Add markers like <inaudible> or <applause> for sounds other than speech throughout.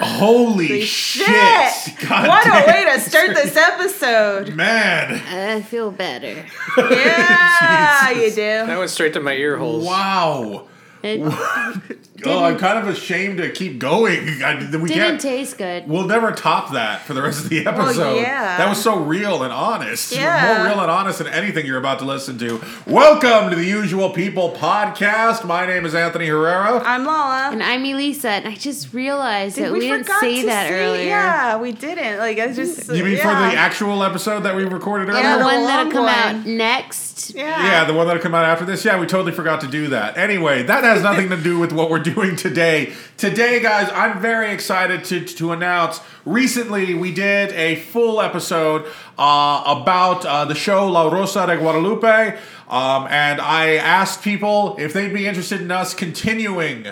Holy shit! Shit! what a way to start <laughs> this episode. Man, I feel better. Yeah, you That do. went straight to my ear holes. wow. <laughs> It Oh, I'm kind of ashamed to keep going. <laughs> I, we didn't can't. taste good. we'll never top that for the rest of the episode. yeah. That was so real and honest. Yeah. More real and honest than anything you're about to listen to. Welcome to the Usual People podcast. My name is Anthony Herrera. I'm Lala. And I'm Elisa, and I just realized that we, didn't forgot say to that say- earlier. Yeah, we didn't. Like I just. you mean yeah. for the actual episode that we recorded earlier? Yeah, The the one that'll long come out one. next. Yeah. Yeah, the one that'll come out after this. Yeah, we totally forgot to do that. Anyway, that has nothing to do with what we're doing today. Today, guys, I'm very excited to, to announce recently we did a full episode uh, about uh, the show La Rosa de Guadalupe. Um, and I asked people if they'd be interested in us continuing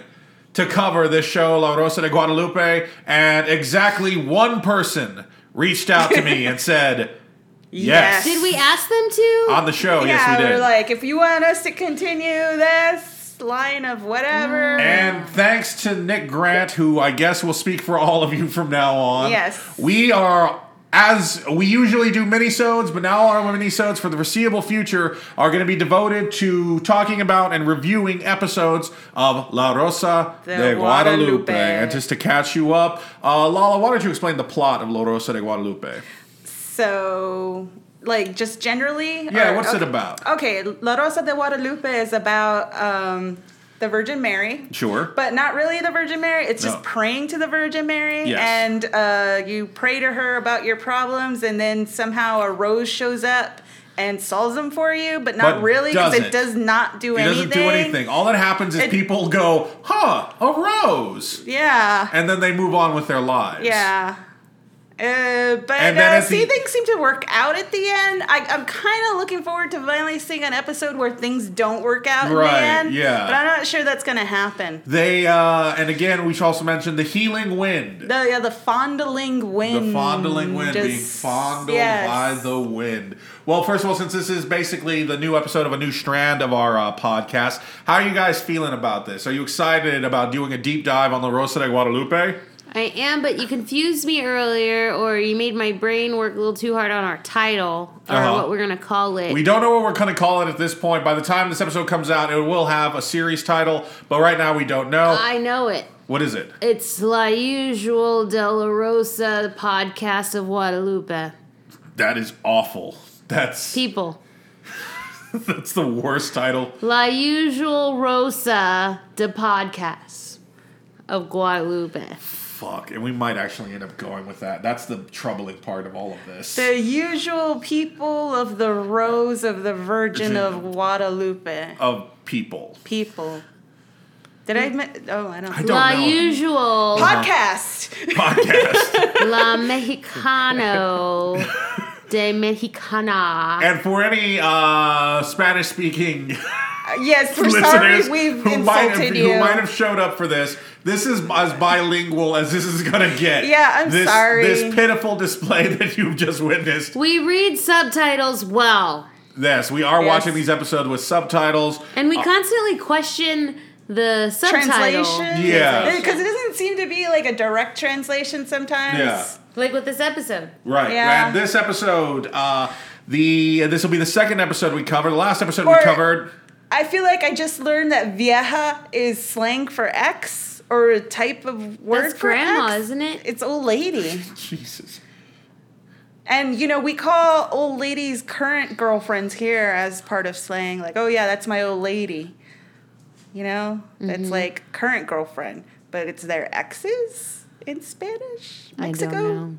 to cover this show, La Rosa de Guadalupe. And exactly one person reached out to me and said, Yes. Yes. Did we ask them to? on the show, yeah, yes, we did. are like, if you want us to continue this line of whatever, And thanks to Nick Grant, who I guess will speak for all of you from now on. Yes. We are as we usually do minisodes, but now our minisodes for the foreseeable future are going to be devoted to talking about and reviewing episodes of La Rosa De de Guadalupe. Guadalupe. And just to catch you up, uh, Lala, why don't you explain the plot of La Rosa de Guadalupe? Mm. so like just generally. Yeah, or- what's it okay. Oh, about? Okay, La Rosa de Guadalupe is about um, the Virgin Mary. Sure. But not really the Virgin Mary. It's No. just praying to the Virgin Mary, Yes. and uh, you pray to her about your problems, and then somehow a rose shows up and solves them for you, but not But really because doesn't. it does not do it anything. doesn't do anything. All that happens is It- people go, huh, a rose. Yeah, And then they move on with their lives. yeah. Uh, but And then uh, at see, the- things seem to work out at the end. I, I'm kind of looking forward to finally seeing an episode where things don't work out in Right, the end. yeah. But I'm not sure that's going to happen. They uh and again we should also mention the healing wind. The, yeah, the fondling wind. The fondling wind is- being fondled yes. by the wind. Well, first of all, since this is basically the new episode of a new strand of our uh, podcast, how are you guys feeling about this? Are you excited about doing a deep dive on La Rosa de Guadalupe? I am, but you confused me earlier, or you made my brain work a little too hard on our title, or Uh-huh. what we're going to call it. We don't know what we're going to call it at this point. By the time this episode comes out, it will have a series title, but right now we don't know. I know it. what is it? It's La Usual De La Rosa, the podcast of Guadalupe. That is awful. That's People. that's the worst title. La Usual Rosa, the podcast of Guadalupe. Fuck, and we might actually end up going with that. That's the troubling part of all of this. The usual people of the Rose of the Virgin of Guadalupe. of people. People. Did I? admit- Oh, I don't. I don't La know. Usual <laughs> Podcast. <laughs> Podcast. La Mexicano de Mexicana. and for any uh, Spanish speaking yes, we're listeners <laughs> sorry we've who, insulted might have, you. who might have showed up for this, this is as bilingual as this is going to get. Yeah, I'm this, sorry. This pitiful display <laughs> that you've just witnessed. We read subtitles well, Yes, we are Yes. watching these episodes with subtitles. and we constantly question the subtitle. Translation. Yeah. Because it doesn't seem to be like a direct translation sometimes. Yeah. Like with this episode. Right. Yeah. And this episode, uh, the this will be the second episode we cover. The last episode Or- we covered. I feel like I just learned that vieja is slang for X or a type of word That's for grandma, X. isn't it? It's old lady. Jesus. And you know, we call old ladies current girlfriends here as part of slang, like, oh yeah, that's my old lady. You know? That's Mm-hmm. like current girlfriend, but it's their exes in Spanish? Mexico? I don't know.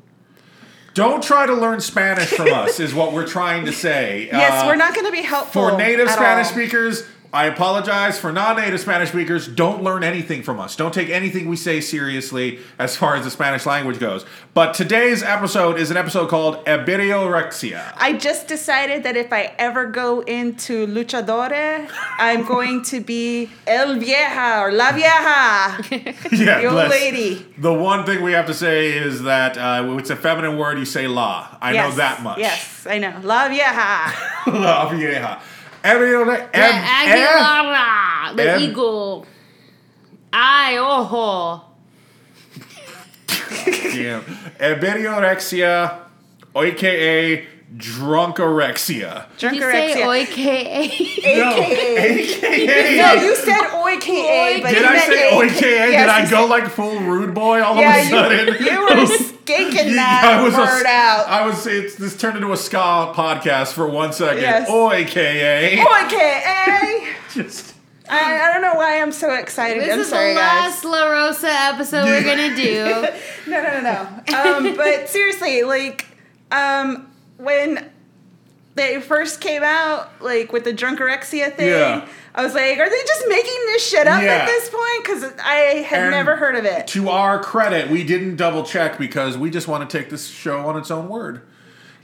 Don't try to learn <laughs> Spanish from us, is what we're trying to say. Yes, Uh, we're not gonna be helpful. For native at Spanish all. speakers, I apologize for non-native Spanish speakers. Don't learn anything from us. Don't take anything we say seriously as far as the Spanish language goes. But today's episode is an episode called <laughs> Ebiriorexia. I just decided that if I ever go into luchadora, I'm going to be el vieja or la vieja. yeah, The old bless. lady. The one thing we have to say is that uh, it's a feminine word. You say la. I know Yes, that much. Yes, I know. La <laughs> vieja. la <laughs> vieja. Ebiriore- La em- em- Aguilara, the em- eagle. Ay, ojo. Damn. Ebiriorexia, aka drunkorexia. Did Drunk you say orexia. <laughs> oika? No, AKA. No, you said oika, but Did you I meant say AK. OKA? Yes, Did I you go said- like full rude boy all Yeah, of a sudden? <laughs> you, you were skanking Yeah, that I was a- word out. I was. It's this turned into a ska podcast for one second. Oh, Yes. OKA. Oika. Just I, I don't know why I'm so excited. This I'm is sorry, the guys. last La Rosa episode we're gonna do. <laughs> No, no, no, <laughs> no. Um, but seriously, like, um, when they first came out, like with the drunkorexia thing, Yeah. I was like, are they just making this shit up Yeah. at this point? Because I had And- never heard of it. to our credit, we didn't double check because we just want to take this show on its own word.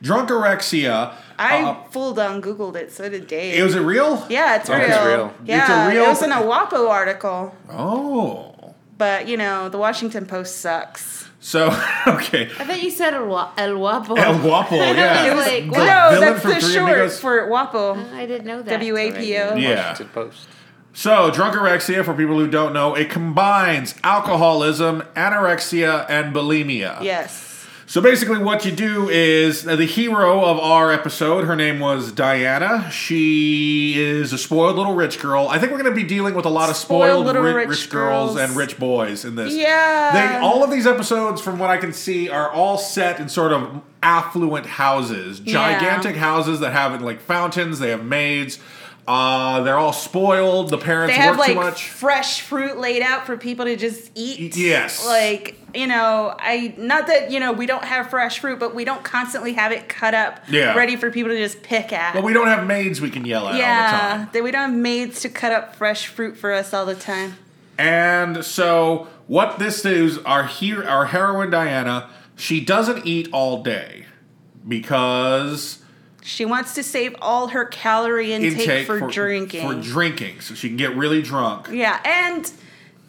Drunkorexia. I uh, full down Googled it, so did Dave. it was it real? yeah, it's real. it's real. It's a Yeah, real- it was in a WAPO article, Oh. but you know, the Washington Post sucks. So <laughs> okay. I thought you said El, Wa- El Guapo. El Guapo. <laughs> I Yeah. was like, The what? no, villain that's from the Three short Amigos. for WAPO. I didn't know that. W-A-P-O. Right. Yeah. Washington Post. So, drunkorexia, for people who don't know, it combines alcoholism, anorexia, and bulimia. Yes. So, basically, what you do is uh, the hero of our episode, her name was Diana. She is a spoiled little rich girl. I think we're going to be dealing with a lot of spoiled, Spoiled little ri- rich, rich girls. girls. and rich boys in this. Yeah. They, all of these episodes, from what I can see, are all set in sort of affluent houses, Yeah. gigantic houses that have like fountains, they have maids. Uh, they're all spoiled. The parents they have work like too much. fresh fruit laid out for people to just eat. Y- yes. Like, you know, I not that, you know, we don't have fresh fruit, but we don't constantly have it cut up Yeah. ready for people to just pick at. But we don't have maids we can yell at all the yeah, time. that we don't have maids to cut up fresh fruit for us all the time. And so what this is, our here our heroine Diana, she doesn't eat all day because She wants to save all her calorie intake, intake, for, drinking. For drinking, so she can get really drunk. Yeah, and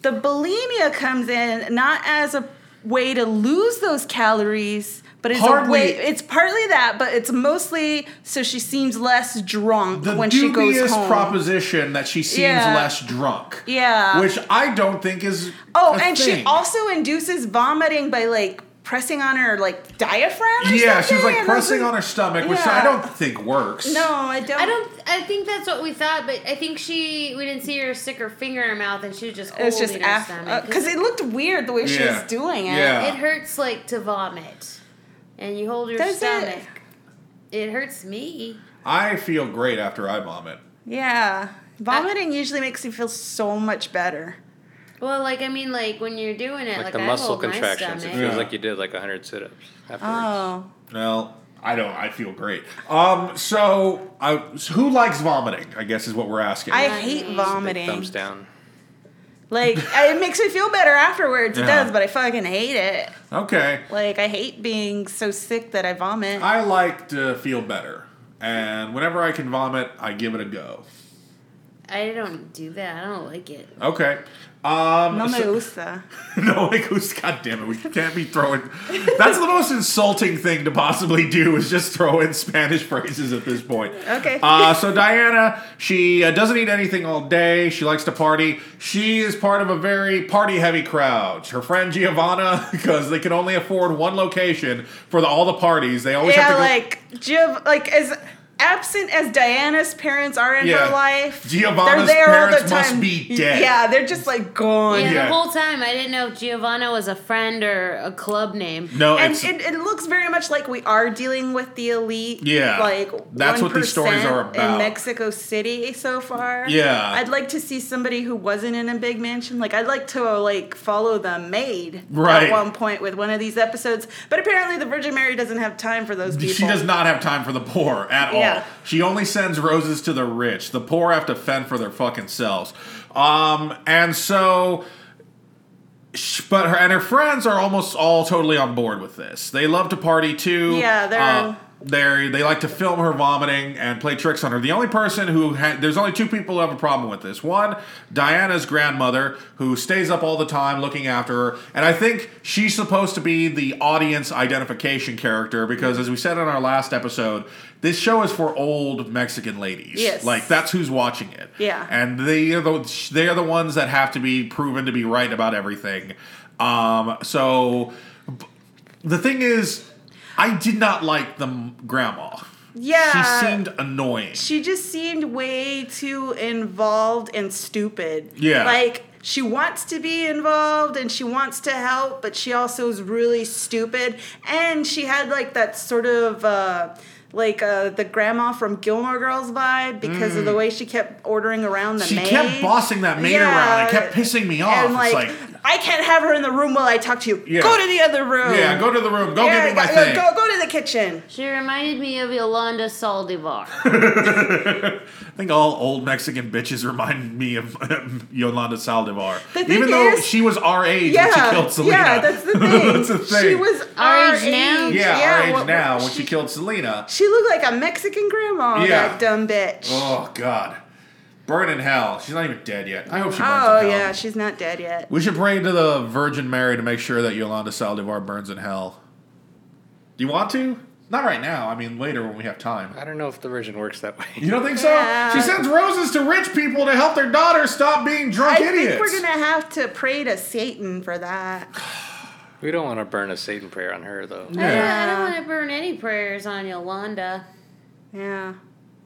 the bulimia comes in not as a way to lose those calories, but it's Partly- a way. It's partly that, but it's mostly so she seems less drunk The when she dubious goes home. proposition that she seems Yeah. less drunk. Yeah. Which I don't think is oh, a and she thing. also induces vomiting by like pressing on her like diaphragm. Or Yeah, she was something, like and I pressing on like, her stomach, which Yeah. I don't think works. No, I don't. I don't. I think that's what we thought, but I think she. We didn't see her stick her finger in her mouth, and she was just It holding was just uh, her after stomach. because it looked weird the way she Yeah. was doing it. Yeah. It hurts like to vomit, and you hold your Does it? stomach. It? hurts me. I feel great after I vomit. Yeah. Vomiting usually makes you feel so much better. Well, like I mean, like when you're doing it, Like, like, the I muscle hold my contractions. It stomach. feels Yeah. like you did like 100 sit ups afterwards. Oh. Well, I don't. I feel great. Um, so, I, so who likes vomiting? I guess is what we're asking. I Right. hate Big vomiting. Thumbs down. Like I- it makes me feel better afterwards. It Yeah. does, but I fucking hate it. okay, Like I hate being so sick that I vomit. I like to feel better, and whenever I can vomit, I give it a go. I don't do that. I don't like it. Okay. Um, no me so- gusta. <laughs> no, like who's? God damn it! We can't be throwing. That's the most insulting thing to possibly do is just throw in Spanish phrases at this point. Okay. Uh, so Diana, she uh, doesn't eat anything all day. She likes to party. She is part of a very party-heavy crowd. Her friend Giovanna, <laughs> because they can only afford one location for the, all the parties. They always have yeah, to go. like Giov- like as absent as Diana's parents are in Yeah. her life, Giovanna's they're there all parents the must time. be dead. Yeah, they're just like gone. Yeah, Yeah. the whole time I didn't know if Giovanna was a friend or a club name. no, and it's it, it looks very much like we are dealing with the elite. Yeah. like That's what these stories are 1% about. in Mexico City so far. Yeah. I'd like to see somebody who wasn't in a big mansion. Like I'd like to uh, like follow the maid Right. at one point with one of these episodes, but apparently the Virgin Mary doesn't have time for those people. she does not have time for the poor at Yeah. She only sends roses to the rich. The poor have to fend for their fucking selves. Um, and so, sh- but her and her friends are almost all totally on board with this. They love to party too. Uh, Yeah, they're- they they like to film her vomiting and play tricks on her. The only person who ha- there's only two people who have a problem with this. One, Diana's grandmother who stays up all the time looking after her, and I think she's supposed to be the audience identification character because as we said in our last episode, this show is for old Mexican ladies. Yes. Like that's who's watching it. Yeah. And they are the they are the ones that have to be proven to be right about everything. Um so b- the thing is I did not like the m- grandma. Yeah. She seemed annoying. Uh, she just seemed way too involved and stupid. Yeah. Like she wants to be involved and she wants to help, but she also is really stupid. And she had like that sort of uh like uh, the grandma from Gilmore Girls vibe because of the way she kept ordering around the Mm. She maid. kept bossing that maid around. It kept pissing me off. And It's like, like- I can't have her in the room while I talk to you. Yeah. Go to the other room. yeah, go to the room. Go Yeah, give me my go, thing. Go, go to the kitchen. She reminded me of Yolanda <laughs> Saldivar. <laughs> I think all old Mexican bitches remind me of Yolanda Saldivar. The thing Even though is- she was our age when she killed Selena. Yeah, <laughs> that's the thing. That's the She thing. was Our our age now? age. yeah, our age what- now what- when she killed Selena. She looked like a Mexican grandma, Yeah. that dumb bitch. Oh, Oh God, burn in hell. She's not even dead yet. I hope she burns in hell. Oh, yeah, she's not dead yet. we should pray to the Virgin Mary to make sure that Yolanda Saldivar burns in hell. Do you want to? Not right now. I mean, later when we have time. I don't know if the version works that way. You don't think so? Yeah. She sends roses to rich people to help their daughters stop being I drunk idiots. think we're gonna have to pray to Satan for that. <laughs> We don't want to burn a Satan prayer on her, though. I don't, I Yeah. don't want to burn any prayers on Yolanda. Yeah,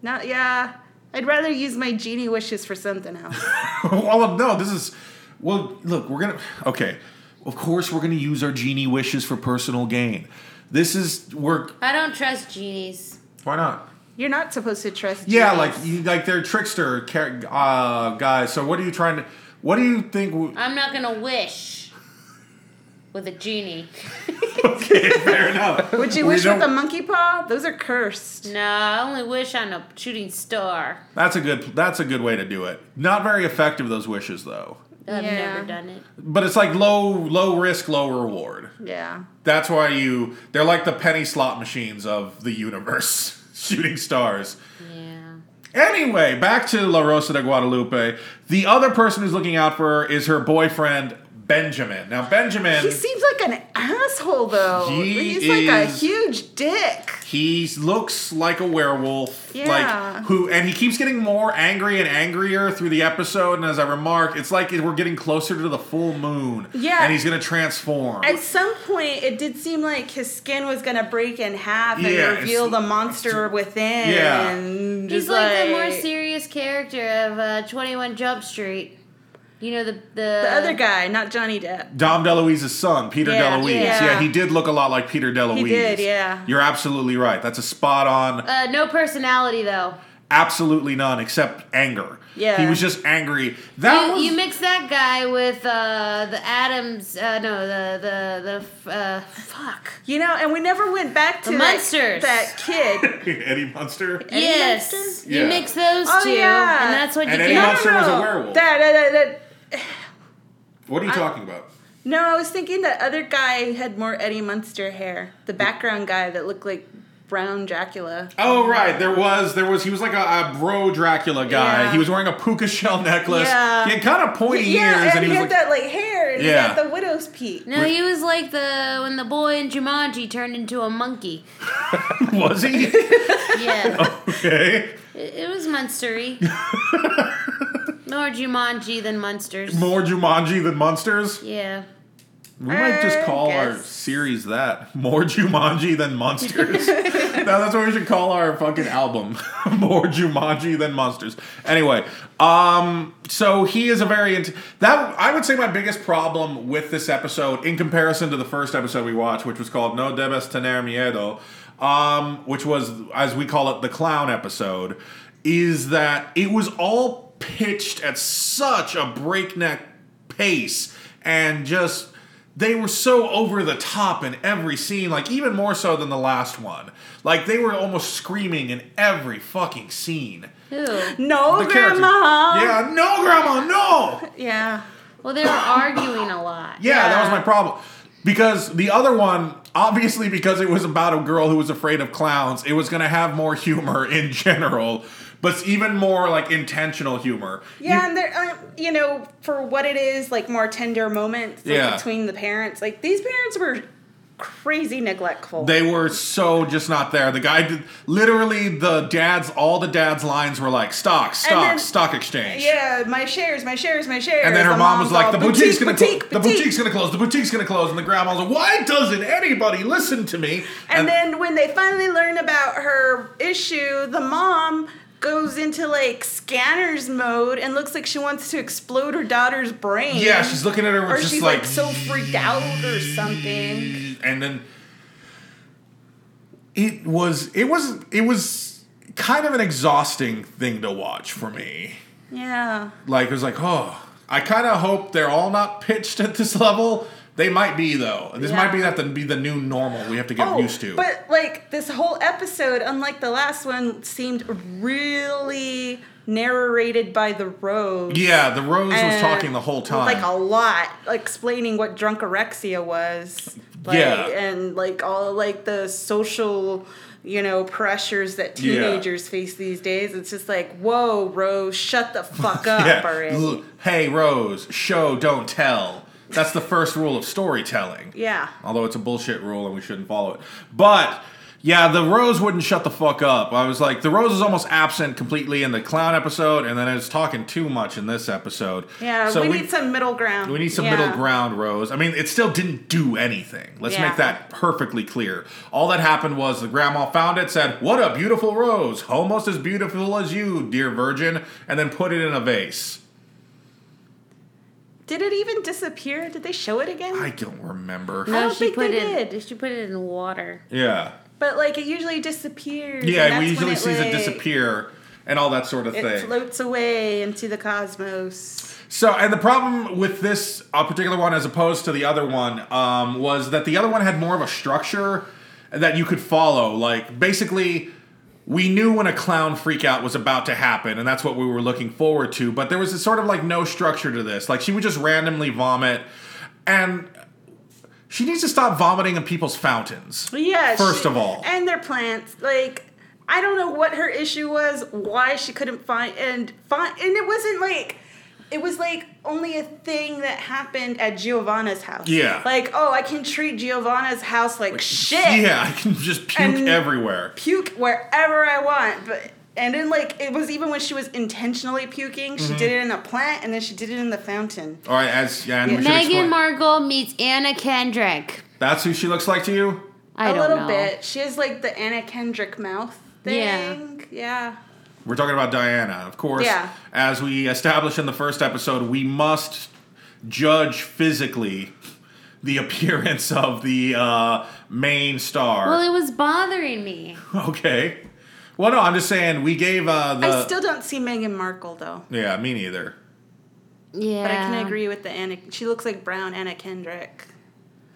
not yeah. I'd rather use my genie wishes for <laughs> something else. well, no, this is. Well, look, we're gonna. Okay, of course we're gonna use our genie wishes for personal gain. This is work. I don't trust genies. Why not? You're not supposed to trust. Yeah, genies. like you, like they're trickster char- uh, guys. So what are you trying to? What do you think? w- <laughs> I'm not gonna wish with a genie. Okay, fair enough. Would you We wish don't- with the monkey paw? Those are cursed. No, I only wish on a shooting star. That's a good. That's a good way to do it. Not very effective those wishes though. I've Yeah. never done it. But it's like low low risk, low reward. Yeah. That's why you. They're like the penny slot machines of the universe, <laughs> shooting stars. Yeah. Anyway, back to La Rosa de Guadalupe. The other person who's looking out for her is her boyfriend Benjamin. Now Benjamin, He seems like an asshole, though. He He's like a is- huge dick. he looks like a werewolf. Yeah. Like who, and he keeps getting more angry and angrier through the episode. And as I remark, it's like we're getting closer to the full moon. Yeah. and he's gonna transform. At some point, it did seem like his skin was gonna break in half and Yeah, reveal it's- the monster within. Yeah. and He's just like, the more serious character of uh, 21 Jump Street. You know the the, The other guy, not Johnny Depp. Dom DeLuise's son, Peter Yeah, DeLuise. Yeah. yeah. he did look a lot like Peter DeLuise. did, yeah. You're absolutely right. That's a spot on. Uh, no personality though. Absolutely none, except anger. Yeah. he was just angry. That You, was <laughs> you mix that guy with uh, the Adams. Uh, no, the the the uh, fuck. You know, and we never went back to The that, Munsters. that <laughs> kid. Eddie Munster. Any yes, monster? Yeah. you mix those Oh, two, yeah. and that's what And you any get. monster- Munster was a werewolf. That, that, that, What are you talking about? No, I was thinking that other guy had more Eddie Munster hair. The background guy that looked like Brown Dracula. Oh right, there was there was he was like a, a bro Dracula guy. Yeah. He was wearing a puka shell necklace. Yeah. He had kind of pointy yeah, ears, and he, was had like, that like hair and Yeah. he had the widow's peak. no, he was like the when the boy in Jumanji turned into a monkey. <laughs> was he? <laughs> Oh. Yeah, okay, it, it was <laughs> Munstery. More Jumanji than Munsters. more Jumanji than monsters. Yeah. We might just I call our guess. series that <laughs> more Jumanji than <laughs> monsters. no, that's what we should call our fucking album, <laughs> more Jumanji than monsters. Anyway, um, so he is a very int- that I would say my biggest problem with this episode, in comparison to the first episode we watched, which was called No Debes Tener Miedo, um, which was as we call it the clown episode, is that it was all pitched at such a breakneck pace and just they were so over the top in every scene, like even more so than the last one. Like they were almost screaming in every fucking scene. Who? No, The character- grandma. Yeah, no, grandma, no. Yeah. Well, they were arguing a lot. Yeah, that was Yeah. my problem. Because the other one, obviously, because it was about a girl who was afraid of clowns, it was going to have more humor <laughs> in general, but even more like intentional humor. Yeah, You- and there, um, you know, for what it is, like more tender moments like, Yeah. between the parents. Like these parents were crazy neglectful. they were so just not there. The guy did literally the dad's, all the dad's lines were like stock, stock, then- stock exchange. yeah, my shares, my shares, my shares. And then her The mom was mom's like, all, "The boutique's gonna close. boutique, The boutique." boutique's gonna close. The boutique's gonna close." And the grandma's like, "Why doesn't anybody listen to me?" And then when they finally learn about her issue, the mom goes into like scanners mode and looks like she wants to explode her daughter's brain. yeah, she's looking at her or with just she's like, so freaked out or something. and then it was it was it was kind of an exhausting thing to watch for me Yeah. like it was like oh i kind of hope they're all not pitched at this level they might be though this Yeah. Oh, might be that to be the new normal we have to get used to But like this whole episode, unlike the last one, seemed really narrated by the road. yeah the rose was And- talking the whole time Like a lot, like, explaining what drunkorexia was. Like, Yeah. And like all like the social, you know, pressures that Yeah. teenagers face these days. It's just like, whoa, Rose, shut <laughs> the fuck up yeah. already. L- hey rose show don't tell that's the first rule of storytelling Yeah. Although it's a bullshit rule and we shouldn't follow it. But yeah, the Rose wouldn't shut the fuck up. I was like, the Rose is almost absent completely in the clown episode, and then it's talking too much in this episode. Yeah, we, need some middle ground. We need some Yeah. middle ground, Rose. I mean, it still didn't do anything. Let's Yeah. make that perfectly clear. All that happened was the grandma found it, said, What a beautiful rose, almost as beautiful as you, dear virgin, and then put it in a vase. Did it even disappear? Did they show it again? I don't remember. I No, don't she think put they it. did. She put it in water. Yeah. But like it usually disappears. Yeah, and we that's when usually sees it like, disappear and all that sort of It thing. floats away into the cosmos. So, and the problem with this uh, particular one, as opposed to the other one, um, was that the other one had more of a structure that you could follow. Like, basically, we knew when a clown freakout was about to happen, and that's what we were looking forward to. But there was a sort of like no structure to this. Like, she would just randomly vomit, and she needs to stop vomiting in people's fountains. Yeah. First she- of all. And their plants. Like I don't know what her issue was, why she couldn't find and find and it wasn't like it was like only a thing that happened at Giovanna's house. Yeah. Like, oh, I can treat Giovanna's house like, shit. Yeah, I can just puke And- everywhere. puke wherever I want. But and then like it was even when she was intentionally puking, Mm-hmm. she did it in a plant and then she did it in the fountain. All right, as yeah, and we should Meghan explain. Markle meets Anna Kendrick. That's who she looks like to you. I A don't little know. bit. She has like the Anna Kendrick mouth Yeah. thing. Yeah. We're talking about Diana, of course. Yeah. As we established in the first episode, we must judge physically the <laughs> appearance of the uh, main star. Well, it was bothering me. <laughs> okay. Well, no, I'm just saying we gave uh, the. I still don't see Meghan Markle though. yeah, me neither. Yeah. But I can agree with the Anna. She looks like brown Anna Kendrick.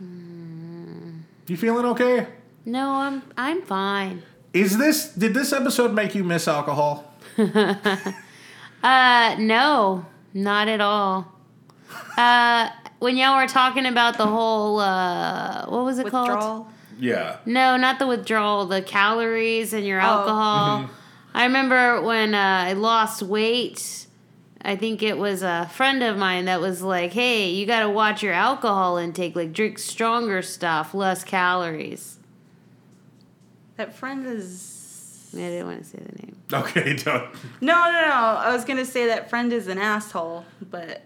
You feeling okay? No, I'm I'm fine. Is this did this episode make you miss alcohol? Uh, no, not at all. Uh, when y'all were talking about the whole uh, what was it called? Withdrawal. Yeah. No, not the withdrawal. The calories and your alcohol. I remember when uh, I lost weight. I think it was a friend of mine that was like, "Hey, you got to watch your alcohol intake. Like, drink stronger stuff, less calories." That friend is. I didn't want to say the name. <laughs> Okay. Don't. No, no, no. I was gonna say that friend is an asshole, but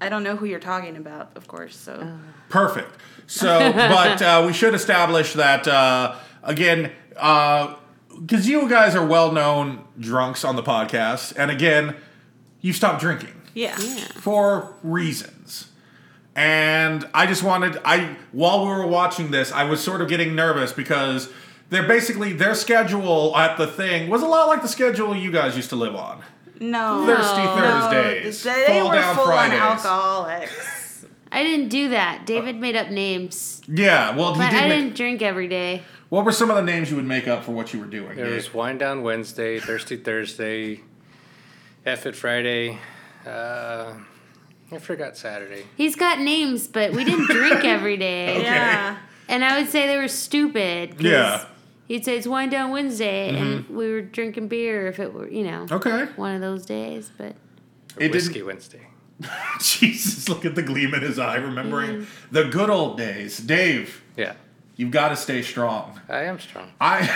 I don't know who you're talking about, of course. So. Oh, Perfect. So, but uh, we should establish that uh, again, because you guys are well-known drunks on the podcast, and again, you stopped drinking Yeah. for reasons. And I just wanted I while we were watching this, I was sort of getting nervous because they're basically their schedule at the thing was a lot like the schedule you guys used to live on. No. Thirsty No, Thursdays, They, they Fall were Down full Fridays. on alcoholics. I didn't do that. David made up names, Yeah, well, he but Uh, did I make- didn't drink every day. What were some of the names you would make up for what you were doing? There Dave? was Wind Down Wednesday, Thirsty Thursday, F It Friday. Uh, I forgot Saturday. He's got names, but we didn't drink <laughs> every day. <laughs> Okay. Yeah. And I would say they were stupid. 'cause Yeah. Mm-hmm. He'd say it's Wine Down Wednesday, and we were drinking beer if it were, you know, okay. <laughs> one of those days. But Or It didn't- Whiskey Wednesday. Jesus, look at the gleam in his eye, remembering Mm. the good old days. Dave, Yeah, you've got to stay strong. I am strong. I,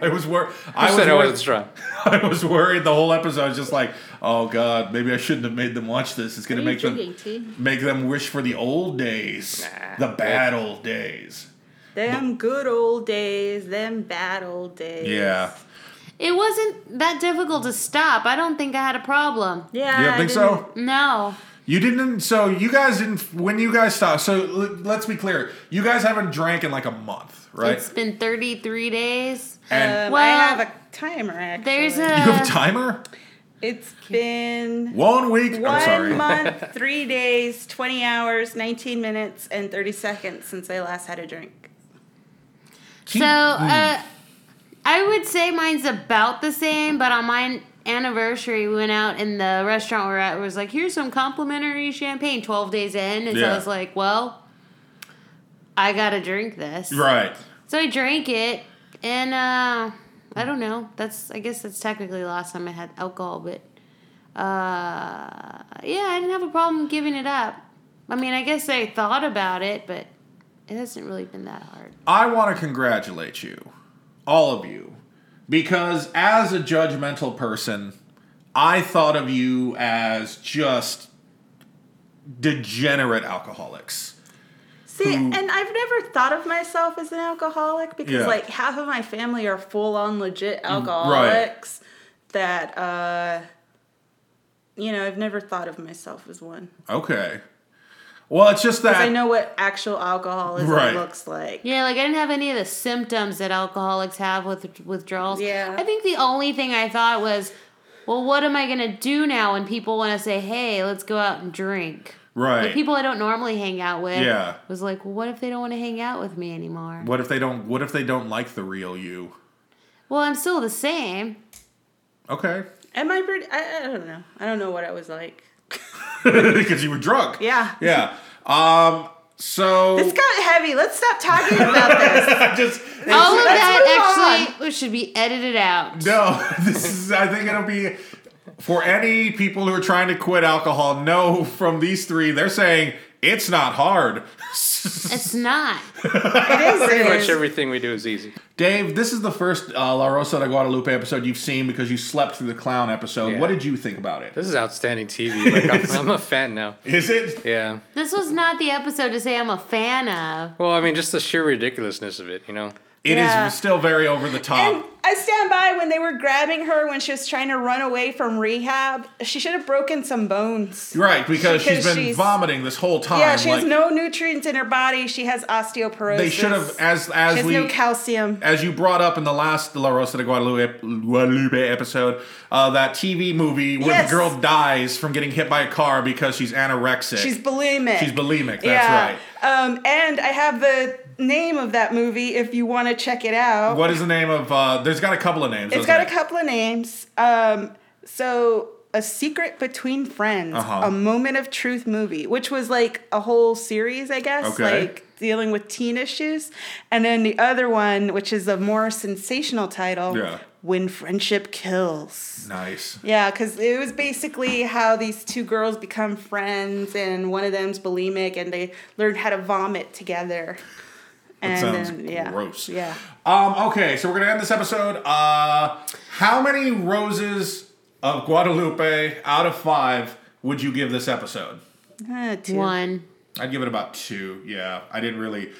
<laughs> I was worried. I I was said I wor- wasn't strong. <laughs> I was worried the whole episode. I was just like, oh god, maybe I shouldn't have made them watch this. It's gonna make them tea? make them wish for the old days, Nah. the bad old days. Them good old days, them bad old days. Yeah. It wasn't that difficult to stop. I don't think I had a problem. Yeah. you don't I think didn't- so? No. You didn't. So you guys didn't. When you guys stopped. So l- let's be clear. You guys haven't drank in like a month, right? It's been 33 days. and Um, uh, I Well, have a timer actually. There's you have a. a timer. It's been One week. I'm sorry. <laughs> one month, three days, 20 hours, 19 minutes, and 30 seconds since I last had a drink. Keep- so uh, I would say mine's about the same, but on my anniversary, we went out and the restaurant we we're at was like, here's some complimentary champagne 12 days in. And so Yeah. I was like, well, I gotta drink this. right. So I drank it, and uh, I don't know. That's I guess that's technically the last time I had alcohol, but uh, yeah, I didn't have a problem giving it up. I mean, I guess I thought about it, but it hasn't really been that hard. I want to congratulate you, all of you, because as a judgmental person, I thought of you as just degenerate alcoholics. See, Who- and I've never thought of myself as an alcoholic because Yeah. Mm, like half of my family are full on legit alcoholics that uh you know, I've never thought of myself as <laughs> one. Okay. Well, it's just that. Because I know what actual alcoholism Right. looks like. Yeah, like I didn't have any of the symptoms that alcoholics have with withdrawals. Yeah. I think the only thing I thought was, well, what am I gonna do now when people want to say, hey, let's go out and drink. Right. Like people I don't normally hang out with. Yeah. Was like, well, what if they don't want to hang out with me anymore? what if they don't? What if they don't like the real you? Well, I'm still the same. Okay. <laughs> Am I pretty I, I don't know. I don't know what I was like. Because you were drunk. Yeah. Yeah. Um. So This got heavy. Let's stop talking about this. <laughs> I just All of let's that move actually should be edited <laughs> out. no. This is. I think it'll be for any people who are trying to quit alcohol. No, from these three, they're saying it's not hard. It's not. It Pretty is- much everything we do is easy. Dave, this is the first uh, La Rosa de Guadalupe episode you've seen because you slept through the clown episode. Yeah. What did you think about it? This is outstanding TV. Like, I'm, I'm a fan now. <laughs> Is it? Yeah. This was not the episode to say I'm a fan of. Well, I mean, just the sheer ridiculousness of it, you know. It is Yeah. still very over the top. And I stand by when they were grabbing her when she was trying to run away from rehab. She should have broken some bones. Right, because Because she's been she's- vomiting this whole time. Yeah, she has like, no nutrients in her body. She has osteoporosis. They should have, as She as has we, no calcium. as you brought up in the last La Rosa de Guadalupe, Guadalupe episode, uh, that TV movie where Yes. the girl dies from getting hit by a car because she's anorexic. She's bulimic. She's bulimic. That's right. Um, and I have the name of that movie if you want to check it out. What is the name of? Uh, there's got a couple of names. doesn't It's got a it? couple of names. Um, so a secret between friends, Uh-huh. a moment of truth movie, which was like a whole series, I guess, Okay. like dealing with teen issues, and then the other one, which is a more sensational title, Yeah. when friendship kills. Nice. Yeah, because it was basically how these two girls become friends, and one of them's bulimic, and they learn how to vomit together. and sounds then, yeah, gross. Yeah. Um, okay, so we're gonna end this episode. Uh, how many roses of Guadalupe out of five would you give this episode? Uh, two. One. I'd give it about two. Yeah, I didn't really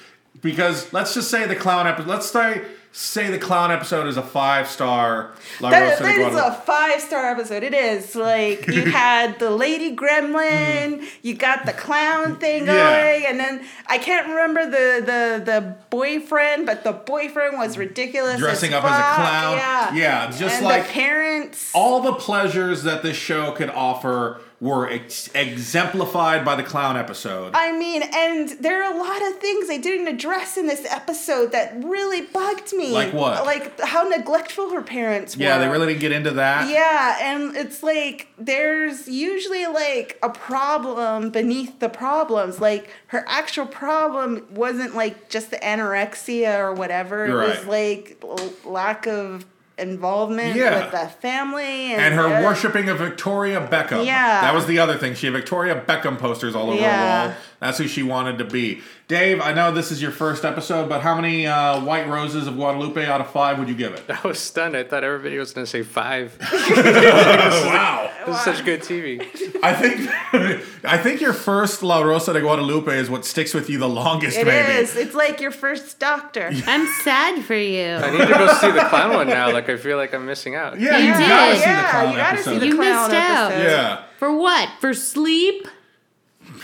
because let's just say the clown episode. Let's say say the clown episode is a five star. La That, Rosa de that is a Guadalupe. five star episode. It is. Like, <laughs> you had the lady gremlin, you got the clown thing Mm. Yeah. going, and then I can't remember the, the, the boyfriend, but the boyfriend was ridiculous. Dressing as up as a fuck. clown. Yeah. Yeah, just and like- The parents. all the pleasures that this show could offer were ex- exemplified by the clown episode. I mean, and there are a lot of things they didn't address in this episode that really bugged me. Like what? Like how neglectful her parents were. yeah, they really didn't get into that. Yeah, and it's like there's usually like a problem beneath the problems. Like her actual problem wasn't like just the anorexia or whatever. It was Right. like l- lack of involvement Yeah. with the family and, And her uh, worshiping of Victoria Beckham. Yeah. That was the other thing. She had Victoria Beckham posters all over Yeah. her wall. That's who she wanted to be. Dave, I know this is your first episode, but how many uh, White Roses of Guadalupe out of five would you give it? I was stunned. I thought everybody was going to say five. <laughs> wow. This is such good TV. <laughs> I think I think your first La Rosa de Guadalupe is what sticks with you the longest, It maybe. is. It's like your first doctor. I'm sad for you. I need to go see the clown one now. Like I feel like I'm missing out. Yeah, you, You did. gotta see the Yeah, clown you gotta see episode. the You clown missed out. episode. yeah. For what? For sleep?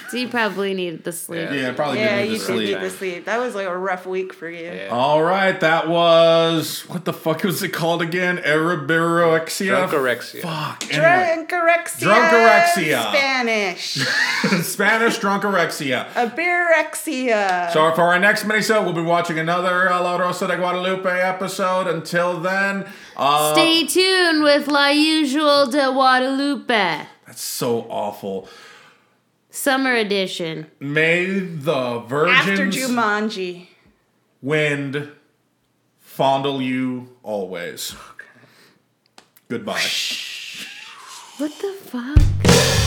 So you probably needed the sleep. Yeah, it probably Yeah, did need to you did sleep. need to sleep. That was like a rough week for you. Yeah. All right, that was what the fuck was it called again? Erebiroexia. Drunkorexia. Fuck. Anyway, Drunkorexia. Drunkorexia. Spanish. <laughs> Spanish drunkorexia. Aberexia. So for our next minisode, we'll be watching another uh, La Rosa de Guadalupe episode. Until then, uh, Stay tuned with La Usual de Guadalupe, that's so awful. Summer Edition. May the After virgins Jumanji. wind fondle you always. Goodbye. What the fuck?